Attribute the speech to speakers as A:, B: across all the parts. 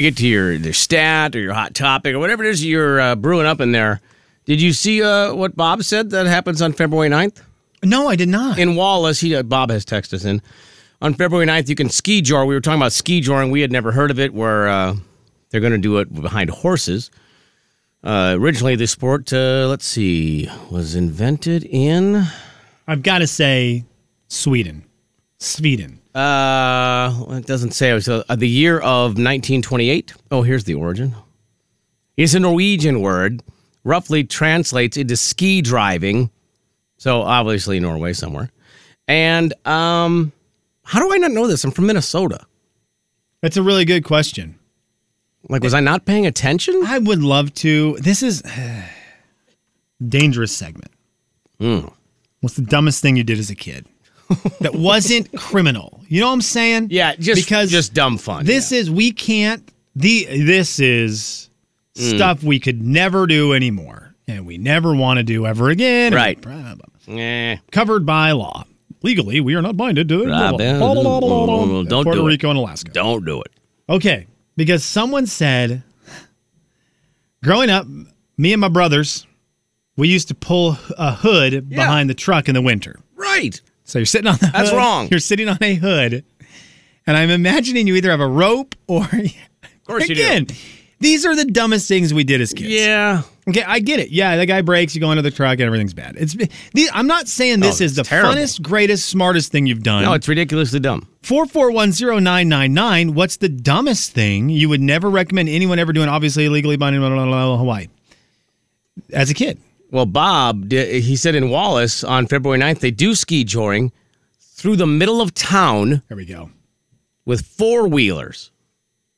A: you get to your, your stat or your hot topic or whatever it is you're uh, brewing up in there. Did you see uh, what Bob said that happens on February 9th?
B: No, I did not.
A: In Wallace, he uh, Bob has texted us in. On February 9th, you can ski jar. We were talking about ski jarring. We had never heard of it, where uh, they're going to do it behind horses. Uh, originally, this sport, uh, let's see, was invented in.
B: I've got to say, Sweden. Sweden.
A: Uh, well, it doesn't say. It was uh, the year of 1928. Oh, here's the origin. It's a Norwegian word, roughly translates into ski driving. So obviously Norway somewhere. And um, how do I not know this? I'm from Minnesota.
B: That's a really good question.
A: Like, was I not paying attention?
B: I would love to. This is dangerous segment.
A: Hmm.
B: What's the dumbest thing you did as a kid that wasn't criminal? You know what I'm saying?
A: Yeah, just
B: because
A: just dumb fun.
B: this
A: yeah.
B: is we can't the this is
A: Hmm.
B: stuff we could never do anymore and we never want to do ever again.
A: Right.
B: Blah, blah, blah.
A: Eh.
B: Covered by law. Legally, we are not binded to
A: Blah,
B: blah, blah, blah, blah, blah, blah, blah,
A: blah. Don't
B: Puerto
A: do it.
B: Rico and Alaska.
A: Don't do it.
B: Okay, because someone said, growing up, me and my brothers, we used to pull a hood behind the truck in the winter.
A: Right.
B: So you're sitting on the
A: That's
B: hood,
A: wrong.
B: You're sitting on a hood, and I'm imagining you either have a rope or
A: Of course you do.
B: again. These are the dumbest things we did as kids.
A: Yeah.
B: Okay, I get it. Yeah, the guy breaks, you go into the truck, and everything's bad. It's. the- I'm not saying this
A: Oh,
B: is the
A: it's terrible.
B: funnest, greatest, smartest thing you've done.
A: No, it's ridiculously dumb.
B: 4410999, what's the dumbest thing you would never recommend anyone ever doing, obviously illegally binding blah, blah, blah, blah, Hawaii? As a kid.
A: Well, Bob, di- he said in Wallace on February 9th, they do ski joring through the middle of town
B: There we go.
A: with four wheelers.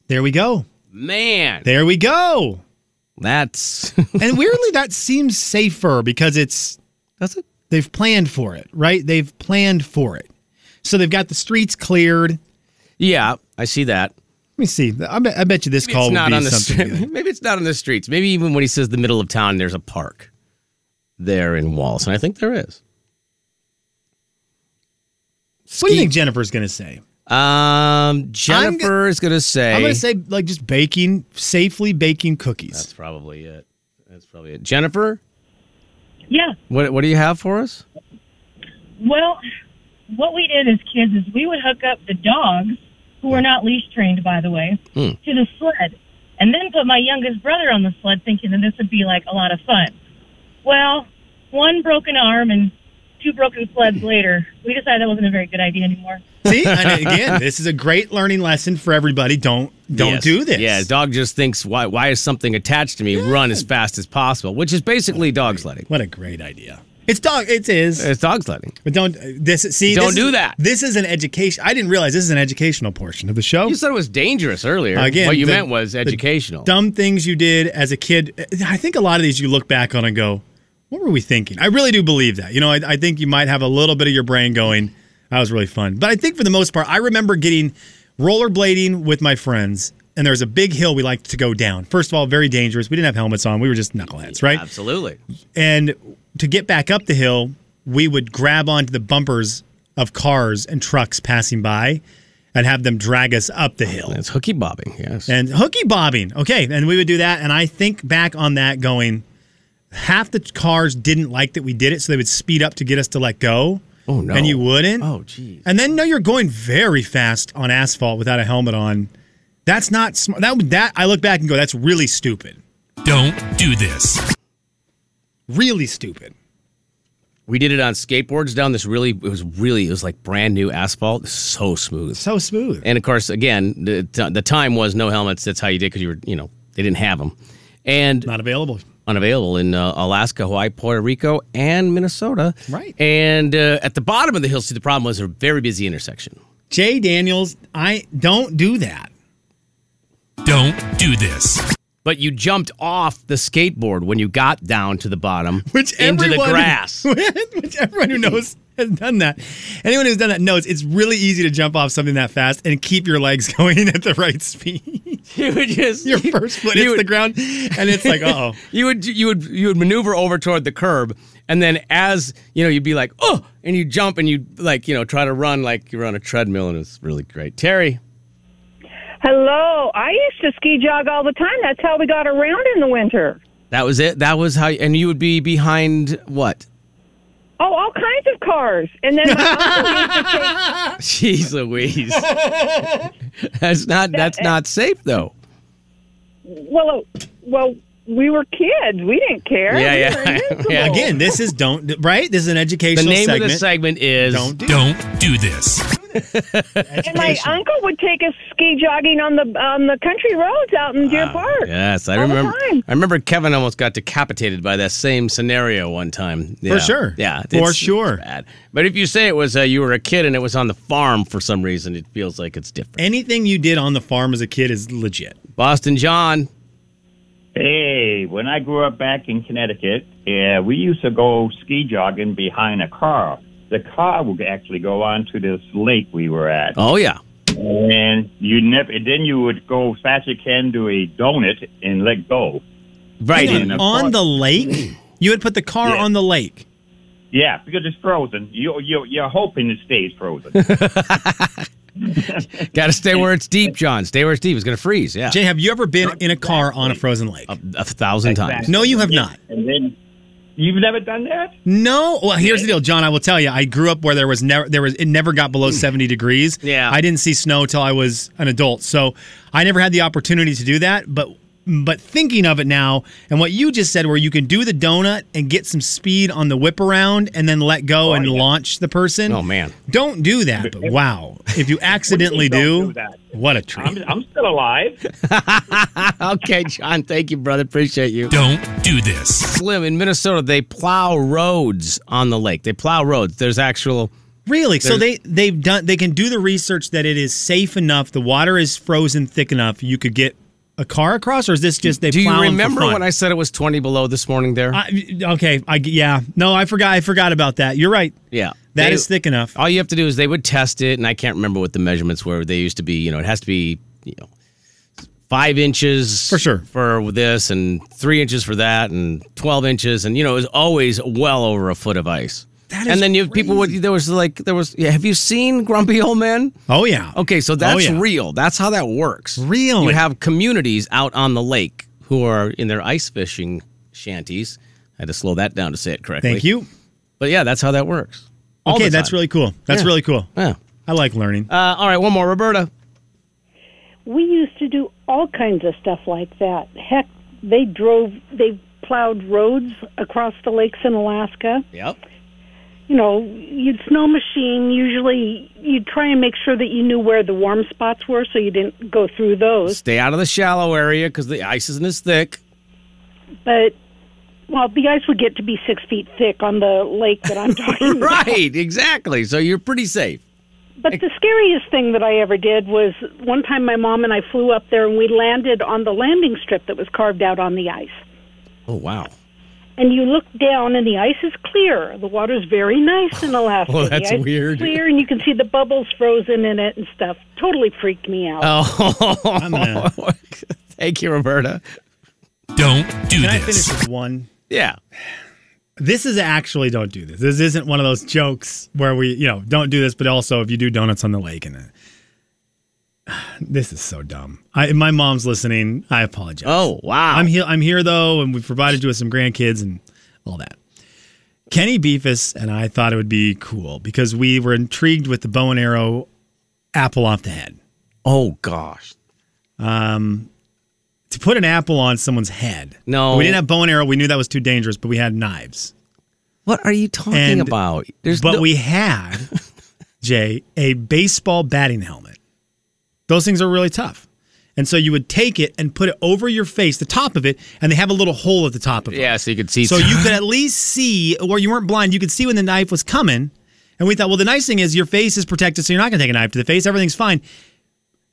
B: There we go.
A: Man,
B: There we go.
A: that's.
B: And weirdly, that seems safer because it's
A: that's it.
B: they've planned for it, right? They've planned for it. So they've got the streets cleared. Let
A: Yeah, I see that.
B: me see. I bet, I bet you this
A: Maybe
B: call
A: it's
B: would
A: not
B: be
A: on the
B: something.
A: street. Maybe it's not on the streets. Maybe even when he says the middle of town, there's a park there in Wallace, and I think there is.
B: What do
A: Ski-
B: you think Jennifer's going to say?
A: Um, Jennifer is gonna say.
B: I'm going to say like just baking safely baking cookies.
A: That's probably it. That's probably it. Jennifer,
C: Yeah.
A: what what do you have for us?
C: Well, what we did as kids is we would hook up the dogs, who were not leash trained, by the way, to the sled, and then put my youngest brother on the sled, thinking that this would be like a lot of fun. Well, one broken arm and two broken sleds later, we decided that wasn't a very good idea anymore.
B: See, and again, this is a great learning lesson for everybody. Don't don't
A: Yes.
B: do this.
A: Yeah, dog just thinks why why is something attached to me? Run as fast as possible, which is basically dog sledding.
B: what a great idea. It's dog. It is.
A: It's dog sledding.
B: but don't this. See,
A: Eh. Don't
B: this
A: do
B: is,
A: that.
B: This is an education. I didn't realize this is an educational portion of the show.
A: You said it was dangerous earlier.
B: Again,
A: what you
B: the-
A: meant was
B: the
A: educational.
B: Dumb things you did as a kid. I think a lot of these you look back on and go, "What were we thinking?" I really do believe that. You know, I, I think you might have a little bit of your brain going, "That was really fun." But I think for the most part, I remember getting rollerblading with my friends. And there was a big hill we liked to go down. First of all, very dangerous. We didn't have helmets on. We were just knuckleheads, right?
A: Absolutely.
B: And to get back up the hill, we would grab onto the bumpers of cars and trucks passing by and have them drag us up the hill.
A: It's hooky bobbing. Yes.
B: And hooky bobbing. Okay. And we would do that. And I think back on that going, half the cars didn't like that we did it. So they would speed up to get us to let go.
A: Oh, no.
B: And you wouldn't.
A: Oh, geez.
B: And then no, you're going very fast on asphalt without a helmet on. That's not smart. That, that I look back and go, that's really stupid.
D: Don't do this.
B: Really stupid.
A: We did it on skateboards down this really. It was really. It was like brand new asphalt. So smooth.
B: So smooth.
A: And of course, again, the, t- the time was no helmets. That's how you did because you were, you know, they didn't have them. And
B: Not available.
A: unavailable in uh, Alaska, Hawaii, Puerto Rico, and Minnesota.
B: Right.
A: And uh, at the bottom of the hill, see, the problem was a very busy intersection.
B: Jay Daniels, I don't do that.
D: Don't do this.
A: But you jumped off the skateboard when you got down to the bottom
B: Which
A: into the
B: everyone-
A: grass.
B: Which everyone who knows has done that. Anyone who's done that knows it's really easy to jump off something that fast and keep your legs going at the right speed.
A: you would just
B: your first foot
A: you
B: hits
A: would-
B: the ground, and it's like, oh,
A: You would you would you would maneuver over toward the curb, and then as you know, you'd be like, oh, and you jump and you like you know try to run like you're on a treadmill, and it's really great. Terry,
E: Hello. I used to ski jog all the time. That's how we got around in the winter.
A: That was it. That was how, and you would be behind what?
E: Oh, all kinds of cars. And then uh, my uncle used to take
A: Jeez Louise. that's not. That's not safe though.
E: well, uh, well, we were kids. We didn't care.
A: Yeah,
E: We
A: yeah.
E: were invincible.
A: Yeah.
B: Again, this is don't right. This is an
A: The
B: educational
A: name
B: segment.
A: of the segment is
B: Don't do
D: Don't do this.
E: And my uncle would take us ski jogging on the on the country roads out in Deer Park.
A: Yes, I
E: All the
A: remember.
E: time.
A: I remember Kevin almost got decapitated by that same scenario one time. Yeah.
B: sure.
A: Yeah,
B: For sure.
A: bad. But if you say it was uh, you were a kid and it was on the farm for some reason, it feels like it's different.
B: Anything you did on the farm as a kid is legit.
A: Boston John.
F: Hey, when I grew up back in Connecticut, yeah, we used to go ski jogging behind a car. The car would actually go onto this lake we were at,
A: Oh yeah.
F: and you never. and Then you would go fast you can do a donut and let go.
A: Right.
F: Hang
A: And,
F: on.
B: on the lake, you would put the car
F: Yeah.
B: on the lake.
F: Yeah, because it's frozen. You you you're hoping it stays frozen.
A: Got to stay where it's deep, John. Stay where it's deep. It's gonna freeze. Yeah.
B: Jay, have you ever been in a car on a frozen lake?
A: a, a thousand times.
B: No, you have not.
F: and then you've never done that.
B: No. Well, here's the deal, John. I will tell you. I grew up where there was never there was it never got below 70 degrees.
A: Yeah.
B: I didn't see snow till I was an adult, so I never had the opportunity to do that. But but thinking of it now, and what you just said, where you can do the donut and get some speed on the whip around, and then let go and launch the person.
A: Oh, man.
B: Don't do that. But wow, if you accidentally
F: Don't
B: do,
F: do that.
B: what a treat.
F: I'm I'm still alive.
A: Okay, John. Thank you, brother. Appreciate you.
D: Don't do this.
A: Slim in Minnesota, they plow roads on the lake. They plow roads. There's actual.
B: Really? So they
A: There's-
B: they've done they can do the research that it is safe enough. The water is frozen thick enough. You could get a car across, or is this just they?
A: Do you
B: plowing
A: remember
B: for fun?
A: when I said it was 20 below this morning? There.
B: I? Okay. I yeah. No, I forgot. I forgot about that. You're right.
A: yeah.
B: That is
A: They- Oh.
B: thick enough.
A: all you have to do is they would test it, and I can't remember what the measurements were. They used to be, you know, it has to be, you know, five inches
B: For sure.
A: for this, and three inches for that, and twelve inches, and you know, it was always well over a foot of ice.
B: That is
A: and then you people would there was like there was yeah. Have you seen Grumpy Old Men?
B: Oh yeah.
A: Okay, so that's
B: yeah.
A: real. That's how that works.
B: Really?
A: You have communities out on the lake who are in their ice fishing shanties. I had to slow that down to say it correctly.
B: Thank you.
A: But yeah, that's how that works. All
B: Okay,
A: the
B: that's
A: time.
B: really cool. That's
A: Yeah.
B: really cool.
A: Yeah.
B: I like learning.
A: Uh, all right, one more, Roberta.
G: we used to do all kinds of stuff like that. Heck, they drove, they plowed roads across the lakes in Alaska.
A: Yep.
G: You know, you'd snow machine. Usually, you'd try and make sure that you knew where the warm spots were, so you didn't go through those.
A: Stay out of the shallow area because the ice isn't as thick.
G: But well, the ice would get to be six feet thick on the lake that I'm talking about.
A: Right, exactly. So you're pretty safe.
G: But the scariest thing that I ever did was one time my mom and I flew up there and we landed on the landing strip that was carved out on the ice.
A: Oh, wow.
G: and you look down and the ice is clear. The water's very nice in Alaska.
A: Well, that's
G: the ice is
A: weird.
G: clear and you can see the bubbles frozen in it and stuff. Totally freaked me out.
A: Uh,
B: uh,
A: Oh, thank you, Roberta.
D: Don't do
B: Can I finish
D: this.
B: with one?
A: Yeah.
B: This is actually don't do this. This isn't one of those jokes where we you know don't do this, but also if you do donuts on the lake and. uh, This is so dumb. I, if my mom's listening. I apologize.
A: Oh, wow.
B: I'm here. I'm here though, and we've provided you with some grandkids and all that. Kenny Beefus and I thought it would be cool because we were intrigued with the bow and arrow apple off the head.
A: oh, gosh.
B: To put an apple on someone's head.
A: No.
B: we didn't have bow and arrow. We knew that was too dangerous, but we had knives.
A: What are you talking
B: And-
A: about? There's
B: but
A: no-
B: we had Jay a baseball batting helmet. Those things are really tough. And so you would take it and put it over your face, the top of it, and they have a little hole at the top of it.
A: Yeah, so you could see.
B: So you could at least see, or you weren't blind, you could see when the knife was coming. And we thought, well, the nice thing is your face is protected, so you're not going to take a knife to the face. Everything's fine.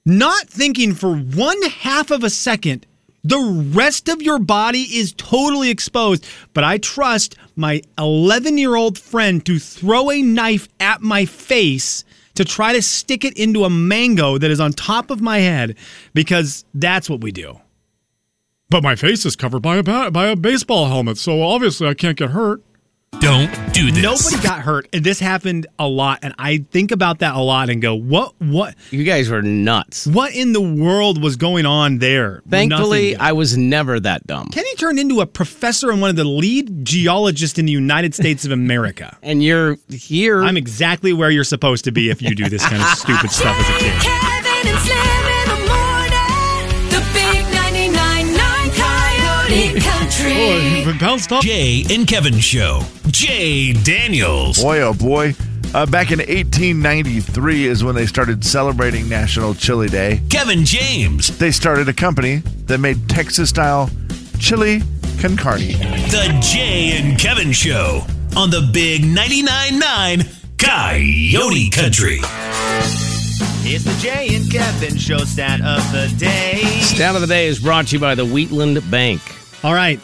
B: Not thinking for one half of a second, the rest of your body is totally exposed. But I trust my 11 year old friend to throw a knife at my face to try to stick it into a mango that is on top of my head because that's what we do.
H: But my face is covered by a ba- by a baseball helmet, so obviously I can't get hurt.
D: Don't do this.
B: Nobody got hurt. And this happened a lot. And I think about that a lot and go, what, what,
A: You guys were nuts.
B: what in the world was going on there?
A: Thankfully,
B: Nothing.
A: I was never that dumb.
B: Kenny turned into a professor and one of the lead geologists in the United States of America.
A: And you're here.
B: I'm exactly where you're supposed to be if you do this kind of stupid stuff as a kid.
H: Kevin and Slim in the morning. The big 99.9 Coyote Country.
D: Jay and Kevin Show. Jay Daniels.
I: Boy, oh boy. Uh, back in 1893 is when they started celebrating National Chili Day.
D: Kevin James.
I: They started a company that made Texas style chili con carne.
D: The Jay and Kevin Show on the Big 99.9 Coyote Country.
J: It's the Jay and Kevin show stat of the day.
A: Stat of the day is brought to you by the Wheatland Bank.
B: All right.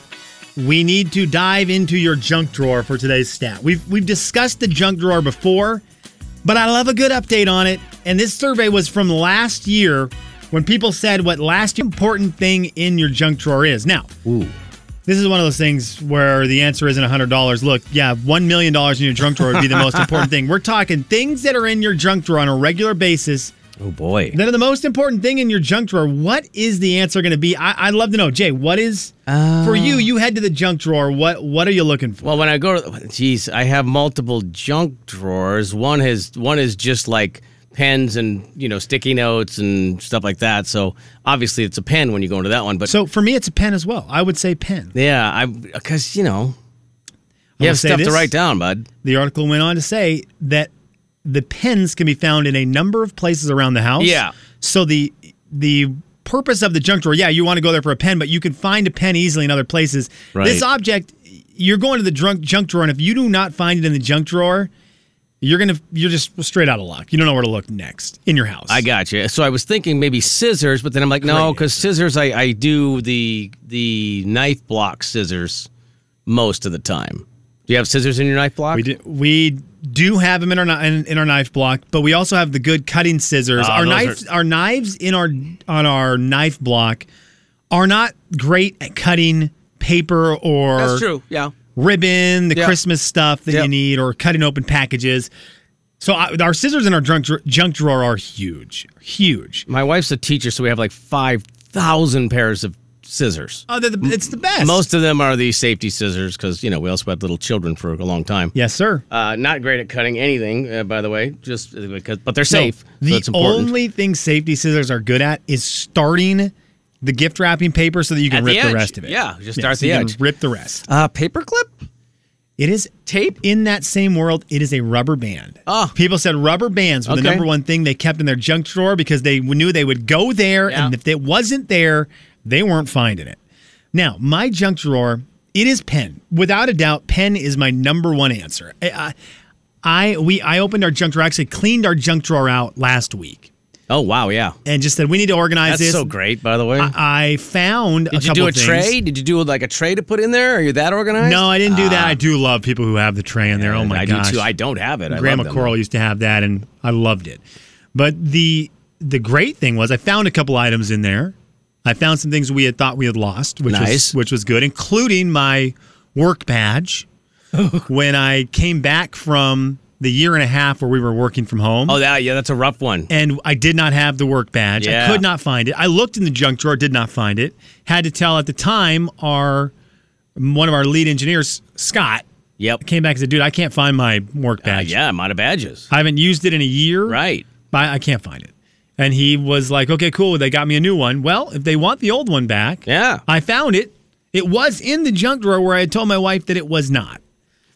B: We need to dive into your junk drawer for today's stat. We've we've discussed the junk drawer before, but I love a good update on it. And this survey was from last year when people said what last important thing in your junk drawer is. Now, this is one of those things where the answer isn't $100. Look, yeah, $1 million in your junk drawer would be the most important thing. We're talking things that are in your junk drawer on a regular basis
A: Oh boy.
B: Then the most important thing in your junk drawer, what is the answer going to be? I, I'd love to know, Jay. What is for you? You head to the junk drawer. What What are you looking for?
A: Well, when I go, to, geez, I have multiple junk drawers. One has one is just like pens and you know sticky notes and stuff like that. So obviously it's a pen when you go into that one. But
B: So for me, it's a pen as well. I would say pen.
A: yeah, I because you know
B: gonna
A: you have
B: say
A: stuff to
B: this.
A: write down, bud.
B: The article went on to say that the pens can be found in a number of places around the house.
A: Yeah.
B: So the the purpose of the junk drawer, yeah, you want to go there for a pen, but you can find a pen easily in other places.
A: Right.
B: This object, you're going to the drunk junk drawer, and if you do not find it in the junk drawer, you're gonna you're just straight out of luck. You don't know where to look next in your house.
A: I got you. So I was thinking maybe scissors, but then I'm like, no, because scissors, I, I do the the knife block scissors most of the time. Do you have scissors in your knife block?
B: We do, we do have them in our kni- in, in our knife block, but we also have the good cutting scissors.
A: Ah,
B: our
A: those
B: knives our knives in our on our knife block are not great at cutting paper or
A: That's true. Yeah.
B: ribbon, the
A: Yeah.
B: Christmas stuff that
A: Yeah.
B: you need, or cutting open packages. So I, our scissors in our junk, dra- junk drawer are huge, huge.
A: My wife's a teacher, so we have like five thousand pairs of scissors.
B: Oh, they're the, it's the best.
A: Most of them are the safety scissors because you know we also had little children for a long time.
B: yes, sir.
A: Uh, not great at cutting anything, uh, by the way. Just because, but they're
B: No,
A: safe. so
B: the
A: it's important.
B: only thing safety scissors are good at is starting the gift wrapping paper so that you can
A: At the
B: rip the,
A: edge.
B: rest of it.
A: Yeah, just start
B: so
A: the
B: you can
A: edge.
B: rip the rest.
A: uh, paperclip.
B: It is
A: Tape?
B: in that same world. It is a rubber band.
A: Oh.
B: people said rubber bands were the
A: Okay.
B: number one thing they kept in their junk drawer because they knew they would go there,
A: Yeah.
B: and if it wasn't there, they weren't finding it. Now, my junk drawer, it is pen. Without a doubt, pen is my number one answer. I, I, I we I opened our junk drawer, actually cleaned our junk drawer out last week.
A: Oh wow, yeah.
B: and just said we need to organize
A: That's
B: this.
A: so great, by the way.
B: I I found a
A: Did you
B: couple
A: do a
B: things.
A: tray? Did you do like a tray to put in there? Are you that organized?
B: No, I didn't do that. I do love people who have the tray in there. Oh my
A: Ah. I
B: gosh!
A: do too. I don't have it. I
B: Grandma
A: love them.
B: Coral used to have that, and I loved it. But the the great thing was I found a couple items in there. I found some things we had thought we had lost, which
A: Nice.
B: was which was good, including my work badge. when I came back from the year and a half where we were working from home,
A: Oh, that, yeah, that's a rough one.
B: and I did not have the work badge.
A: Yeah.
B: I could not find it. I looked in the junk drawer, did not find it. Had to tell at the time our one of our lead engineers, Scott,
A: Yep.
B: came back and said, "Dude, I can't find my work
A: Uh,
B: badge.
A: yeah, I'm out of badges.
B: I haven't used it in a year.
A: Right.
B: but I can't find it." And he was like, "Okay, cool. They got me a new one. Well, if they want the old one back,
A: Yeah.
B: I found it. It was in the junk drawer where I had told my wife that it was not."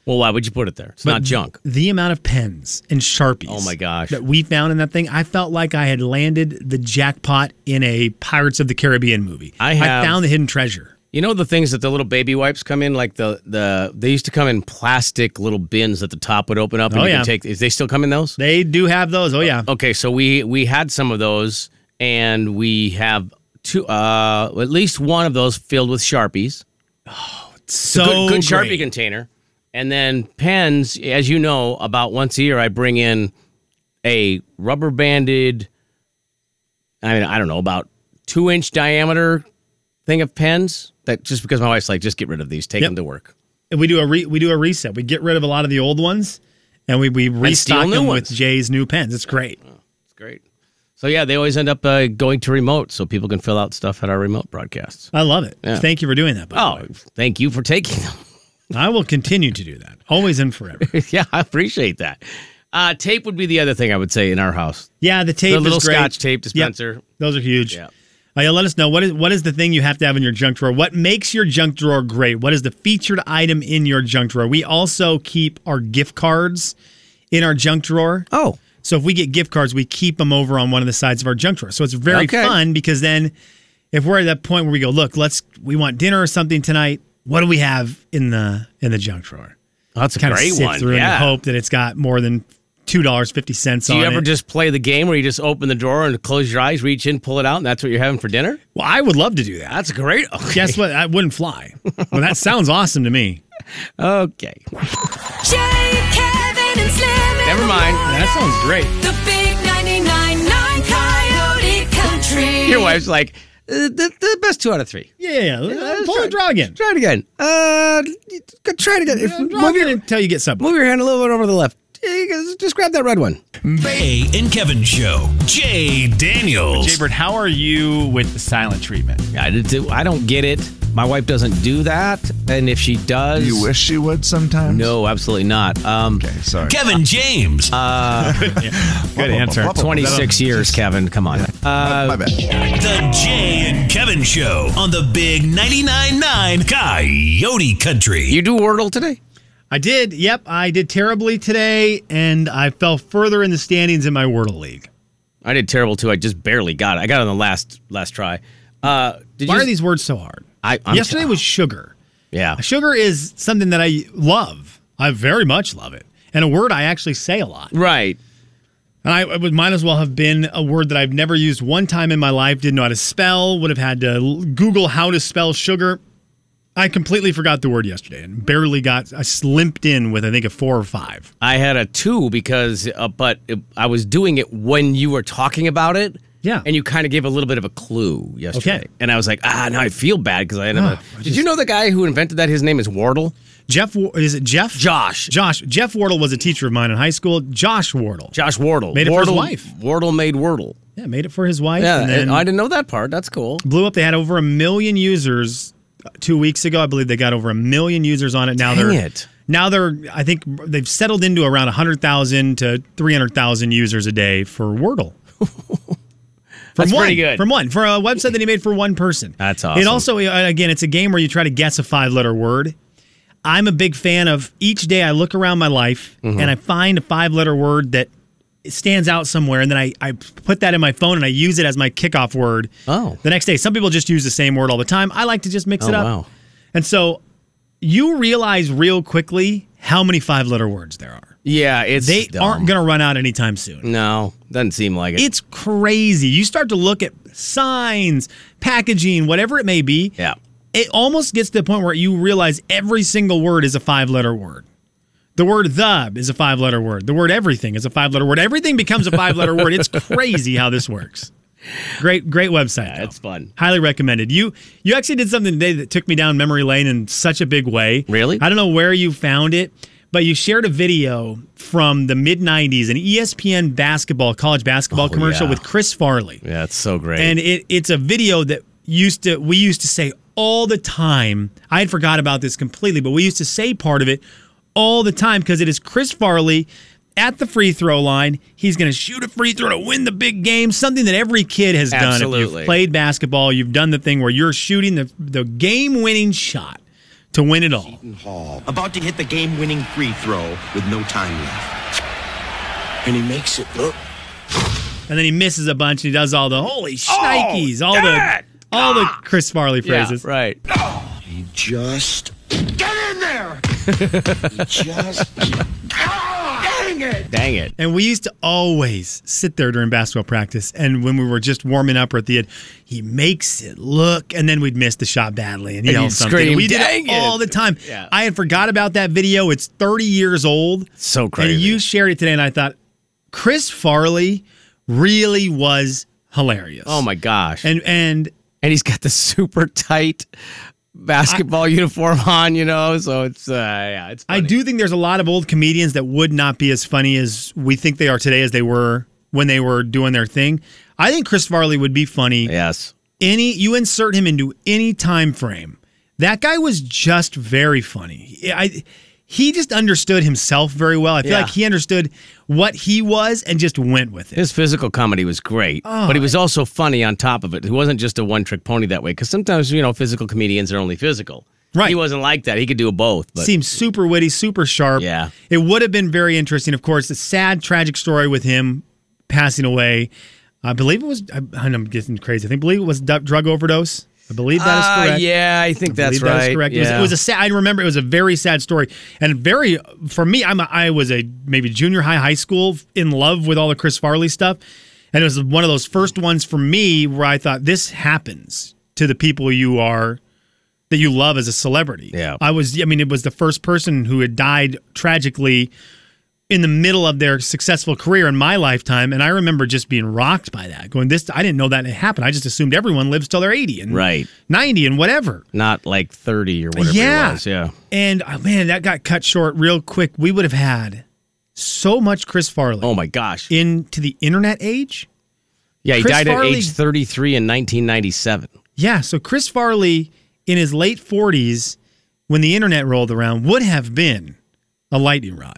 A: Well, why would you put it there? It's
B: But
A: not junk.
B: The amount of pens and sharpies.
A: Oh my gosh.
B: That we found in that thing, I felt like I had landed the jackpot in a Pirates of the Caribbean movie.
A: I have-
B: found the hidden treasure.
A: You know the things that the little baby wipes come in, like the the they used to come in plastic little bins that the top would open up, and
B: Oh,
A: you
B: yeah.
A: could take. Is they still come in those?
B: They do have those. Oh yeah.
A: Okay, so we we had some of those, and we have two, uh, at least one of those filled with sharpies.
B: so
A: good, good
B: great.
A: sharpie container, and then pens. As you know, about once a year, I bring in a rubber banded. I mean, I don't know about two inch diameter thing of pens. That just because my wife's like, just get rid of these, take
B: Yep.
A: them to work.
B: we do a re, we do a reset. We get rid of a lot of the old ones, and we we restock
A: new
B: them
A: ones.
B: with Jay's new pens. It's great.
A: It's great. So yeah, they always end up uh, going to remote, so people can fill out stuff at our remote broadcasts.
B: I love it.
A: Yeah.
B: Thank you for doing that. By
A: Oh, thank you for taking them.
B: the way. I will continue to do that always and forever.
A: yeah, I appreciate that. Uh, tape would be the other thing I would say in our house.
B: Yeah, the tape
A: The
B: is
A: little
B: great.
A: Scotch tape
B: Yep.
A: dispenser.
B: Those are huge.
A: Yeah.
B: Uh, yeah, let us know what is what is the thing you have to have in your junk drawer. What makes your junk drawer great? What is the featured item in your junk drawer? We also keep our gift cards in our junk drawer.
A: Oh,
B: so if we get gift cards, we keep them over on one of the sides of our junk drawer. So it's very
A: Okay.
B: fun because then if we're at that point where we go, look, let's we want dinner or something tonight. What do we have in the in the junk drawer?
A: Oh, That's a
B: Kind of
A: great
B: sift
A: one.
B: through
A: yeah.
B: and hope that it's got more than two dollars fifty cents.
A: Do you
B: on
A: ever
B: it.
A: just play the game where you just open the drawer and close your eyes, reach in, pull it out, and that's what you're having for dinner?
B: Well, I would love to do that.
A: That's great. Okay.
B: Guess what? I wouldn't fly. Well, that sounds awesome to me.
A: Okay.
H: Jay, Kevin, and Slim. in
A: Never
H: the
A: mind.
H: morning.
B: That sounds great.
H: The big 99.9 Coyote Country.
A: Your wife's like, uh, the, the best two out of three.
B: Yeah, yeah.
A: let's
B: Pull
A: try-
B: the draw again.
A: Try it again. Uh, try it again. If,
B: Draw
A: move,
B: again
A: your,
B: until you get something.
A: move your hand a little bit over to the left. Just grab that red one.
D: Bay and Kevin Show. Jay Daniels.
J: Jay Bird, how are you with the silent treatment?
A: I, did too. I don't get it. My wife doesn't do that. And if she does.
I: You wish she would sometimes.
A: No, absolutely not. Um,
I: Okay, sorry.
D: Kevin James.
J: Good answer.
A: 26 years, Kevin. Come on. Uh,
I: My bad.
D: the Jay and Kevin Show on the big 99.9 Coyote Country.
A: you do Wordle today?
B: I did. Yep, I did terribly today, and I fell further in the standings in my Wordle league.
A: I did terrible too. I just barely got it. I got it on the last last try. Uh, did
B: Why
A: you,
B: are these words so hard?
A: I- I'm-
B: Yesterday was sugar.
A: Yeah.
B: Sugar is something that I love. I very much love it, and a word I actually say a lot.
A: Right.
B: And I it would might as well have been a word that I've never used one time in my life, didn't know how to spell, would have had to l- Google how to spell sugar. I completely forgot the word yesterday and barely got, I slimped in with, I think, a four or five.
A: I had a two because, uh, but it, I was doing it when you were talking about it.
B: Yeah.
A: And you kind of gave a little bit of a clue yesterday.
B: Okay.
A: And I was like, ah, now I feel bad because I had
B: Ah,
A: a.
B: I
A: Did
B: just-
A: you know the guy who invented that? His name is Wardle.
B: Jeff, Wa- is it Jeff?
A: Josh.
B: Josh. Jeff Wardle was a teacher of mine in high school. Josh Wardle.
A: Josh Wardle.
B: Made it for his
A: Wardle,
B: wife.
A: Wardle made Wordle.
B: Yeah, made it for his wife.
A: Yeah.
B: and then
A: I didn't know that part. That's cool.
B: blew up. They had over a million users uh, two weeks ago. I believe they got over a million users on it. Now
A: Dang
B: they're
A: it.
B: now they're I think they've settled into around hundred thousand to three hundred thousand users a day for Wordle. From
A: That's
B: one,
A: pretty good.
B: From one, for a website that he made for one person.
A: That's awesome.
B: It also, uh, again, it's a game where you try to guess a five letter word. I'm a big fan of each day I look around my life
A: Mm-hmm.
B: and I find a five letter word that stands out somewhere and then I, I put that in my phone and I use it as my kickoff word
A: Oh.
B: the next day. Some people just use the same word all the time. I like to just mix
A: Oh,
B: it up.
A: wow.
B: And so you realize real quickly how many five letter words there are.
A: Yeah. It's
B: They
A: dumb.
B: aren't going to run out anytime soon.
A: No, doesn't seem like it.
B: It's crazy. You start to look at signs, packaging, whatever it may be.
A: Yeah.
B: It almost gets to the point where you realize every single word is a five letter word. The word the is a five letter word. The word everything is a five letter word. Everything becomes a five letter word. It's crazy how this works. Great, great website.
A: Yeah, it's fun.
B: Highly recommended. You you actually did something today that took me down memory lane in such a big way.
A: Really?
B: I don't know where you found it, but you shared a video from the mid 90s, an E ESPN basketball, college basketball
A: Oh,
B: commercial
A: yeah.
B: with Chris Farley.
A: Yeah, it's so great.
B: And it, it's a video that used to we used to say all the time. I had forgot about this completely, but we used to say part of it all the time because it is Chris Farley at the free throw line. He's going to shoot a free throw to win the big game. Something that every kid has done. If
A: Absolutely.
B: you've played basketball, you've done the thing where you're shooting the the game winning shot to win it all.
K: Hall, about to hit the game winning free throw with no time left. And he makes it look.
B: and then he misses a bunch and he does all the
A: Oh,
B: holy shnikes, all the all the Chris Farley
A: Ah! yeah,
B: phrases.
A: right.
K: He just. Get in there! he just. Dang it!
A: Dang it.
B: And we used to always sit there during basketball practice. And when we were just warming up or at the end, he makes it look. And then we'd miss the shot badly and
A: And
B: yell
A: you'd
B: something.
A: scream,
B: we did
A: "Dang
B: it
A: it!"
B: all the time.
A: Yeah.
B: I had forgot about that video. It's 30 years old.
A: So crazy.
B: And you shared it today. And I thought, Chris Farley really was hilarious.
A: Oh my gosh.
B: And, and
A: and he's got the super tight basketball uniform on, you know. So it's uh, yeah, it's
B: I do think there's a lot of old comedians that would not be as funny as we think they are today as they were when they were doing their thing. I think Chris Farley would be funny.
A: Yes.
B: Any you insert him into any time frame. That guy was just very funny. I he just understood himself very well. I feel
A: Yeah.
B: like he understood what he was and just went with it.
A: His physical comedy was great,
B: Oh,
A: but he was also funny on top of it. He wasn't just a one trick pony that way because sometimes, you know, physical comedians are only physical. Right. He wasn't like that. He could do both. But
B: Seems super witty, super sharp.
A: Yeah.
B: It would have been very interesting. Of course, the sad, tragic story with him passing away. I believe it was, I, I'm getting crazy. I think, believe it was du- drug overdose. I believe that is
A: Ah,
B: correct.
A: yeah, I think that's
B: believe that is
A: right.
B: correct. It, was, it
A: Yeah.
B: was a sad, I remember it was a very sad story. And very, for me, I'm a, I was a maybe junior high, high school in love with all the Chris Farley stuff. And it was one of those first ones for me where I thought, this happens to the people you are that you love as a celebrity. Yeah. I was I mean it was the first person who had died tragically in the middle of their successful career in my lifetime and I remember just being rocked by that. Going this I didn't know that had happened. I just assumed everyone lives till they're 80 and
A: Right.
B: 90 and whatever.
A: Not like 30 or whatever
B: Yeah.
A: it was. Yeah.
B: And oh, man, that got cut short real quick. We would have had so much Chris Farley. Oh
A: my gosh.
B: Into the internet age?
A: Yeah, he
B: Chris
A: died
B: Farley-
A: at age 33 in 1997.
B: Yeah, so Chris Farley in his late 40s, when the internet rolled around, would have been a lightning rod.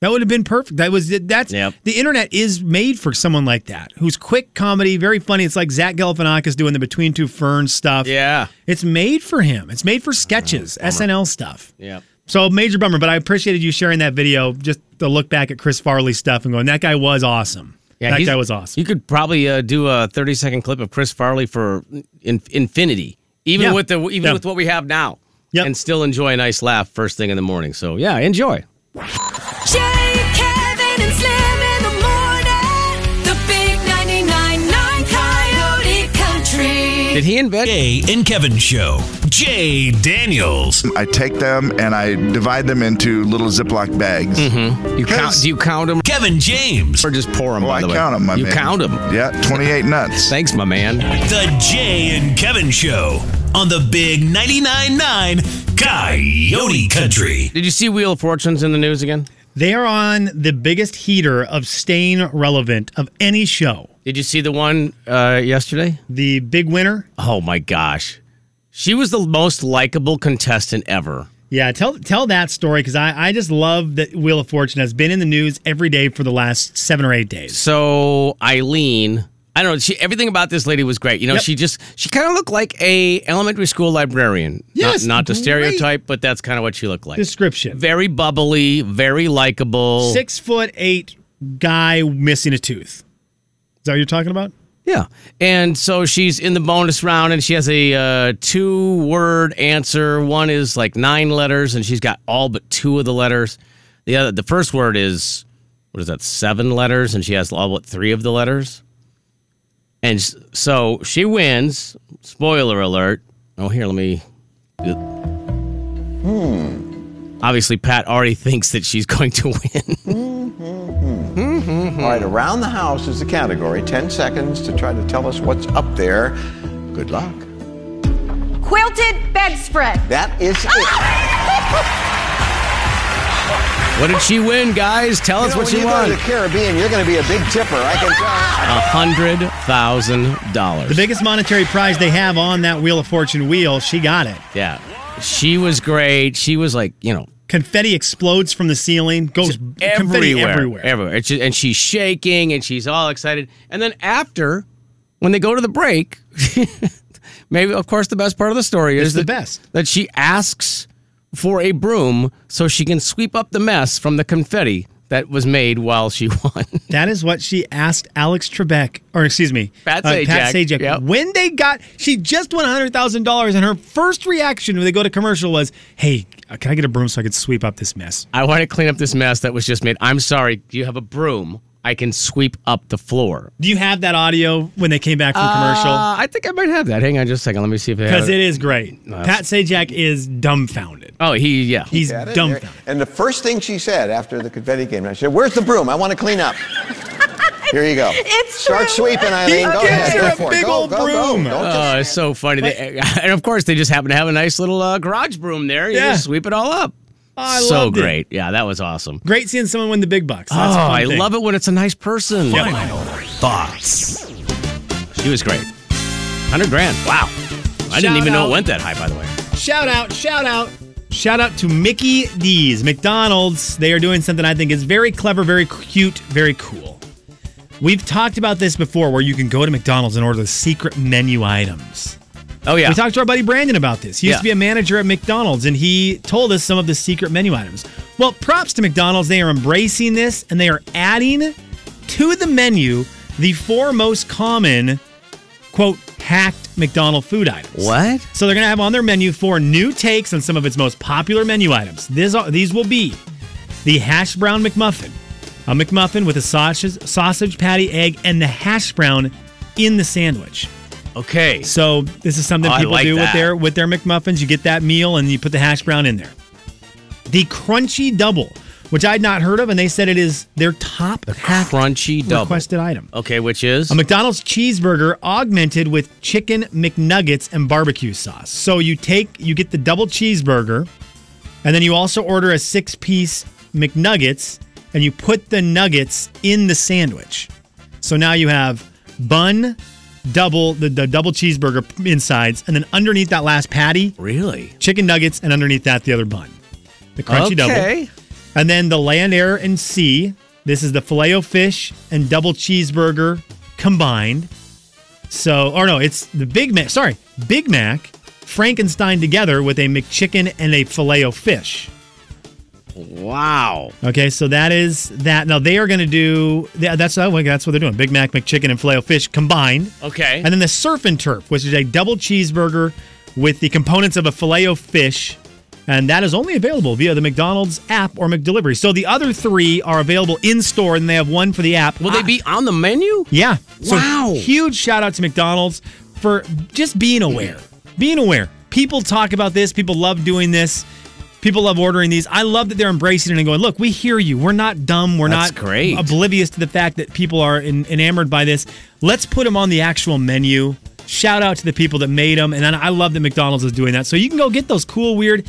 B: That would have been perfect. That was that's the internet is made for someone like that, who's quick comedy, very funny. It's like Zach Galifianakis doing the Between Two Ferns stuff.
A: Yeah,
B: it's made for him. It's made for sketches, SNL stuff.
A: Yeah.
B: So major bummer, but I appreciated you sharing that video, just to look back at Chris Farley stuff and going, that guy was awesome.
A: Yeah,
B: that
A: he's-
B: guy was awesome.
A: You could probably uh, do a 30 second clip of Chris Farley for in, infinity, even
B: Yeah.
A: with the even
B: Yeah.
A: with what we have now, and still enjoy a nice laugh first thing in the morning. So yeah, enjoy.
H: Jay, Kevin, and Slim in the morning. The big 99.9 Coyote Country.
A: Did he invent?
D: Jay and Kevin Show. Jay Daniels.
I: I take them and I divide them into little Ziploc bags. Mm-hmm.
A: You count? Do you count them?
D: Kevin James,
A: or just pour them?
I: Oh, I count them. My
D: You
I: man.
D: count 'em.
I: Yeah, twenty-eight nuts.
A: Thanks, my man.
D: The Jay and Kevin Show on the Big 99.9 Coyote Country.
A: Did you see Wheel of Fortune's in the news again?
B: They are on the biggest heater of staying relevant of any show.
A: Did you see the one uh, yesterday?
B: The big winner.
A: Oh my gosh, she was the most likable contestant ever.
B: Yeah, tell tell that story because I, I just love that Wheel of Fortune has been in the news every day for the last seven or eight days.
A: So Eileen, I don't know. She everything about this lady was great. You know,
B: Yep.
A: she just she kind of looked like a elementary school librarian.
B: Yes,
A: not, not to
B: great.
A: stereotype, but that's kind of what she looked like.
B: Description.
A: Very bubbly, very likable.
B: Six foot eight guy missing a tooth. Is that what you're talking about?
A: Yeah. And so she's in the bonus round and she has a uh, two word answer. One is like nine letters and she's got all but two of the letters. The other the first word is what is that? Seven letters and she has all but three of the letters. And s- so she wins. Spoiler alert. Oh, here, let me Hmm. Obviously Pat already thinks that she's going to win.
L: All right, around the house is the category. 10 seconds to try to tell us what's up there. Good luck.
M: Quilted bedspread.
L: That is it.
A: What did she win, guys? Tell
L: You
A: us
L: know,
A: what
L: when
A: she
L: you
A: won.
L: go to the Caribbean, you're going to be a big tipper. I can tell.
A: A hundred thousand dollars.
B: The biggest monetary prize they have on that Wheel of Fortune wheel, she got it.
A: Yeah. She was great. She was like, you know,
B: Confetti explodes from the ceiling, goes confetti
A: everywhere.
B: everywhere.
A: Everywhere. It's ju- And she's shaking and she's all excited. And then after, when they go to the break, maybe, of course, the best part of the story is
B: the
A: that,
B: best.
A: that she asks for a broom so she can sweep up the mess from the confetti that was made while she won.
B: That is what she asked Alex Trebek, or excuse me, uh,
A: Pat
B: Pat
A: Sajak.
B: Sajak. When they got, she just won hundred thousand dollars, and her first reaction when they go to commercial was, "Hey, uh, can I get a broom so I could sweep up this mess?"
A: I want to clean up this mess that was just made. I'm sorry. Do you have a broom? I can sweep up the floor.
B: Do you have that audio when they came back from commercial?
A: Uh, I think I might have that. Hang on just a second. Let me see if I have
B: Because it is great. Pat Sajak is dumbfounded.
A: Oh, he yeah.
B: He's
L: Had it.
B: dumbfounded.
L: And the first thing she said after the confetti game, I said, Where's the broom? I want to clean up. Here you go.
M: It's
L: Start
M: true.
L: sweeping, Eileen. Go
M: He
L: ahead.
M: gives
L: Go
M: her a
L: for
M: big
L: it. Go,
M: old
L: go, go.
M: broom.
L: Don't just-
A: Oh, it's so funny. They, and of course, they just happen to have a nice little uh, garage broom there. You
B: Yeah.
A: just sweep it all up.
B: Oh, I
A: so
B: loved it.
A: great. Yeah, that was awesome.
B: Great seeing someone win the big bucks.
A: Oh,
B: That's a fun
A: I
B: thing.
A: love it when it's a nice person.
B: Yep.
A: Thoughts. She was great. 100 grand. Wow. I didn't
B: Shout
A: even know
B: out.
A: it went that high, by the way.
B: Shout out, shout out. Shout out to Mickey D's McDonald's. They are doing something I think is very clever, very cute, very cool. We've talked about this before where you can go to McDonald's and order the secret menu items.
A: Oh, yeah.
B: We talked to our buddy Brandon about this. He used to be
A: Yeah.
B: a manager at McDonald's and he told us some of the secret menu items. Well, props to McDonald's. They are embracing this and they are adding to the menu the four most common, quote, hacked McDonald food items.
A: What?
B: So they're going to have on their menu four new takes on some of its most popular menu items. This, these will be the hash brown McMuffin, a McMuffin with a sausage, sausage patty, egg, and the hash brown in the sandwich.
A: Okay. Oh,
B: So this is something
A: I
B: people
A: like
B: do with
A: that.
B: their with their McMuffins. You get that meal and you put the hash brown in there. The crunchy double, which I'd not heard of, and they said it is their top hack
A: Crunchy double.
B: requested item.
A: Okay, which is?
B: A McDonald's cheeseburger augmented with chicken McNuggets and barbecue sauce. So you take you get the double cheeseburger, and then you also order a six piece McNuggets, and you put the nuggets in the sandwich. So now you have bun, double the, the double cheeseburger insides, and then underneath that last patty,
A: really
B: chicken nuggets, and underneath that the other bun, the crunchy double.
A: Okay.
B: And then the land, air, and sea. This is the filet o fish and double cheeseburger combined. So, or no, it's the Big Mac. Sorry, Big Mac, Frankenstein together with a McChicken and a filet o fish.
A: Wow.
B: Okay, so that is that. Now they are going to do yeah, that's oh, that's what they're doing: Big Mac, McChicken, and filet o fish combined.
A: Okay.
B: And then the surf and turf, which is a double cheeseburger with the components of a filet o fish. And that is only available via the McDonald's app or McDelivery. So the other three are available in store, and they have one for the app.
A: Will they be on the menu?
B: Yeah.
A: Wow.
B: Huge shout out to McDonald's for just being aware. Being aware. People talk about this. People love doing this. People love ordering these. I love that they're embracing it and going, look, we hear you. We're not dumb. We're
A: That's
B: not
A: great.
B: oblivious to the fact that people are en- enamored by this. Let's put them on the actual menu. Shout out to the people that made them. And then I love that McDonald's is doing that. So you can go get those cool, weird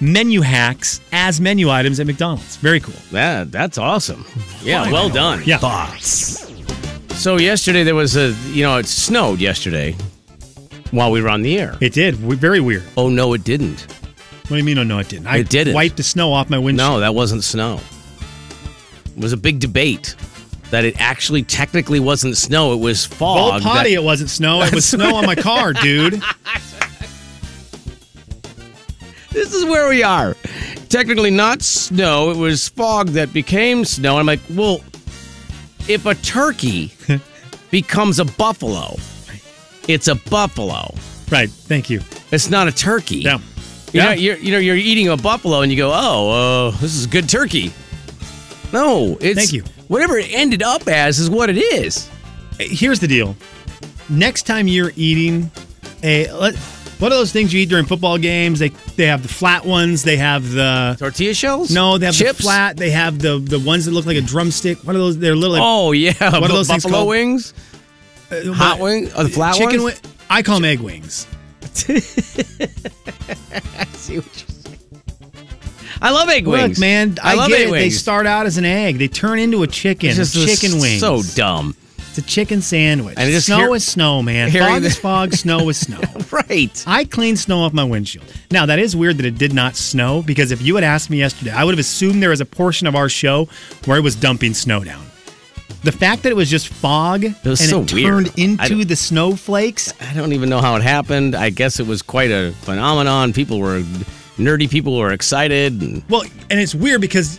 B: menu hacks as menu items at McDonald's. Very cool.
A: That, that's awesome. Yeah,
B: Final
A: well done.
B: Yeah.
A: Thoughts. So yesterday there was a, you know, it snowed yesterday while we were on the air.
B: It did. We- Very weird.
A: Oh, no, it didn't.
B: What do you mean? Oh, no, it didn't. I
A: It didn't.
B: wiped the snow off my windshield.
A: No, that wasn't snow. It was a big debate that it actually technically wasn't snow. It was fog.
B: Well, potty,
A: that-
B: it wasn't snow. It was snow on my car, dude.
A: this is where we are. Technically not snow. It was fog that became snow. I'm like, well, if a turkey becomes a buffalo, it's a buffalo.
B: Right. Thank you.
A: It's not a turkey.
B: Yeah.
A: You know,
B: Yeah.
A: you're, you know, you're eating a buffalo and you go, oh, uh, this is good turkey. No, it's
B: Thank you.
A: whatever it ended up as is what it is.
B: Here's the deal. Next time you're eating a let, what are those things you eat during football games? They they have the flat ones. They have the
A: Tortilla shells?
B: no. They have
A: Chips?
B: the flat. They have the the ones that look like a drumstick. What are those? They're little.
A: Oh yeah,
B: What are
A: Bu-
B: those things
A: buffalo
B: called?
A: wings?
B: Uh,
A: Hot
B: what-
A: wing? Or the Oh, flat
B: Chicken
A: ones?
B: wi- I call them egg wings.
A: See what you're saying. I love egg wings,
B: Look, man, I,
A: love
B: get
A: egg
B: it. They
A: wings.
B: start out as an egg. They turn into a chicken.
A: It's just
B: chicken wings.
A: So dumb,
B: It's a chicken sandwich.
A: And just
B: snow
A: hear-
B: is snow, man.
A: hearing
B: Fog
A: the-
B: is fog. Snow is snow.
A: right?
B: I cleaned snow off my windshield. Now that is weird that it did not snow because if you had asked me yesterday, I would have assumed there was a portion of our show where it was dumping snow down. The fact that it was just fog
A: was
B: and
A: so
B: it
A: weird.
B: turned
A: I
B: into
A: don't-
B: the snowflakes.
A: I don't even know how it happened. I guess it was quite a phenomenon. People were nerdy. People were excited. And
B: Well, and it's weird because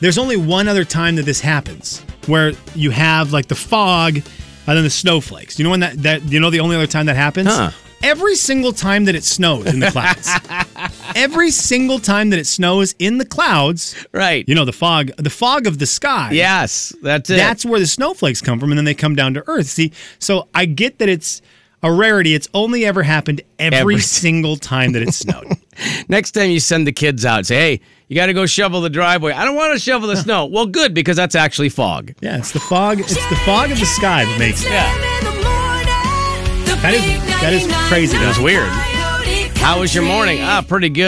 B: there's only one other time that this happens where you have like the fog and then the snowflakes. You know when that, that you know the only other time that happens?
A: Huh.
B: Every single time that it snows in the clouds. Every single time that it snows in the clouds,
A: right?
B: you know the fog, the fog of the sky.
A: yes, that's it.
B: That's where the snowflakes come from, and then they come down to Earth. See, so I get that it's a rarity. It's only ever happened every
A: Every-
B: single time that it snowed.
A: Next time you send the kids out, say, "Hey, You got to go shovel the driveway. I don't want to shovel the snow. Well, good because that's actually fog.
B: Yeah, it's the fog. It's the fog of the sky that makes it.
A: That
B: is that is crazy.
A: That was weird. How was your morning? Ah, pretty good.